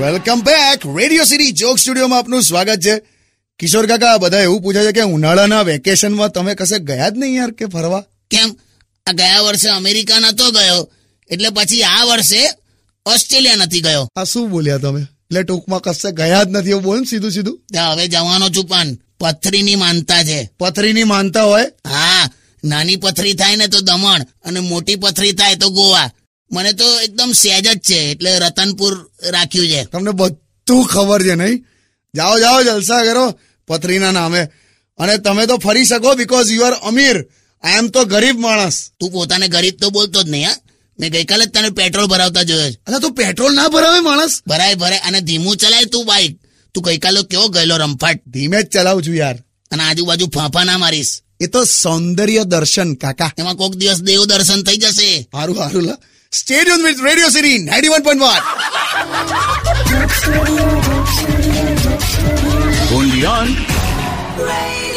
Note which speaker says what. Speaker 1: welcome back radio city જોક સ્ટુડિયોમાં આપનું સ્વાગત છે કિશોર કાકા બધા એવું પૂછે છે કે ઉનાળાના વેકેશનમાં તમે કશે ગયા જ નહીં યાર કે ફરવા
Speaker 2: કેમ આ ગયા વર્ષે અમેરિકા નતો ગયો એટલે પછી આ વર્ષે ઓસ્ટ્રેલિયા નથી ગયો
Speaker 1: આ શું બોલ્યા તમે એટલે ટૂંકમાં કશે ગયા જ નથી એવું બોલ ને સીધું સીધું
Speaker 2: ત્યાં હવે જવાનો છું પણ પથરીની માનતા છે
Speaker 1: પથરીની માનતા હોય
Speaker 2: હા નાની પથરી થાય ને તો દમણ અને મોટી પથરી થાય તો ગોવા મને તો એકદમ સહેજ જ છે એટલે રતનપુર રાખ્યું છે
Speaker 1: તમને બધું ખબર છે નહીં જાઓ જાઓ જલસા કરો પથરીના નામે અને તમે તો ફરી શકો બીકોઝ યુ આર અમીર આઈ એમ તો ગરીબ માણસ
Speaker 2: તું પોતાને ગરીબ તો બોલતો જ નહીં હા મેં ગઈકાલે જ તને પેટ્રોલ ભરાવતા જોયો છે
Speaker 1: અરે તું પેટ્રોલ ના ભરાવે માણસ
Speaker 2: ભરાય ભરાય અને ધીમું ચલાય તું બાઈક તું ગઈકાલે કેવો ગયેલો રમફાટ
Speaker 1: ધીમે જ ચલાવું છું યાર
Speaker 2: અને આજુબાજુ ફાંફા ના મારીશ
Speaker 1: એ તો સૌંદર્ય દર્શન કાકા
Speaker 2: એમાં કોક દિવસ દેવ દર્શન થઈ જશે
Speaker 1: હારું હારું લા stadium with radio city ninety one point one
Speaker 3: only on
Speaker 4: Radio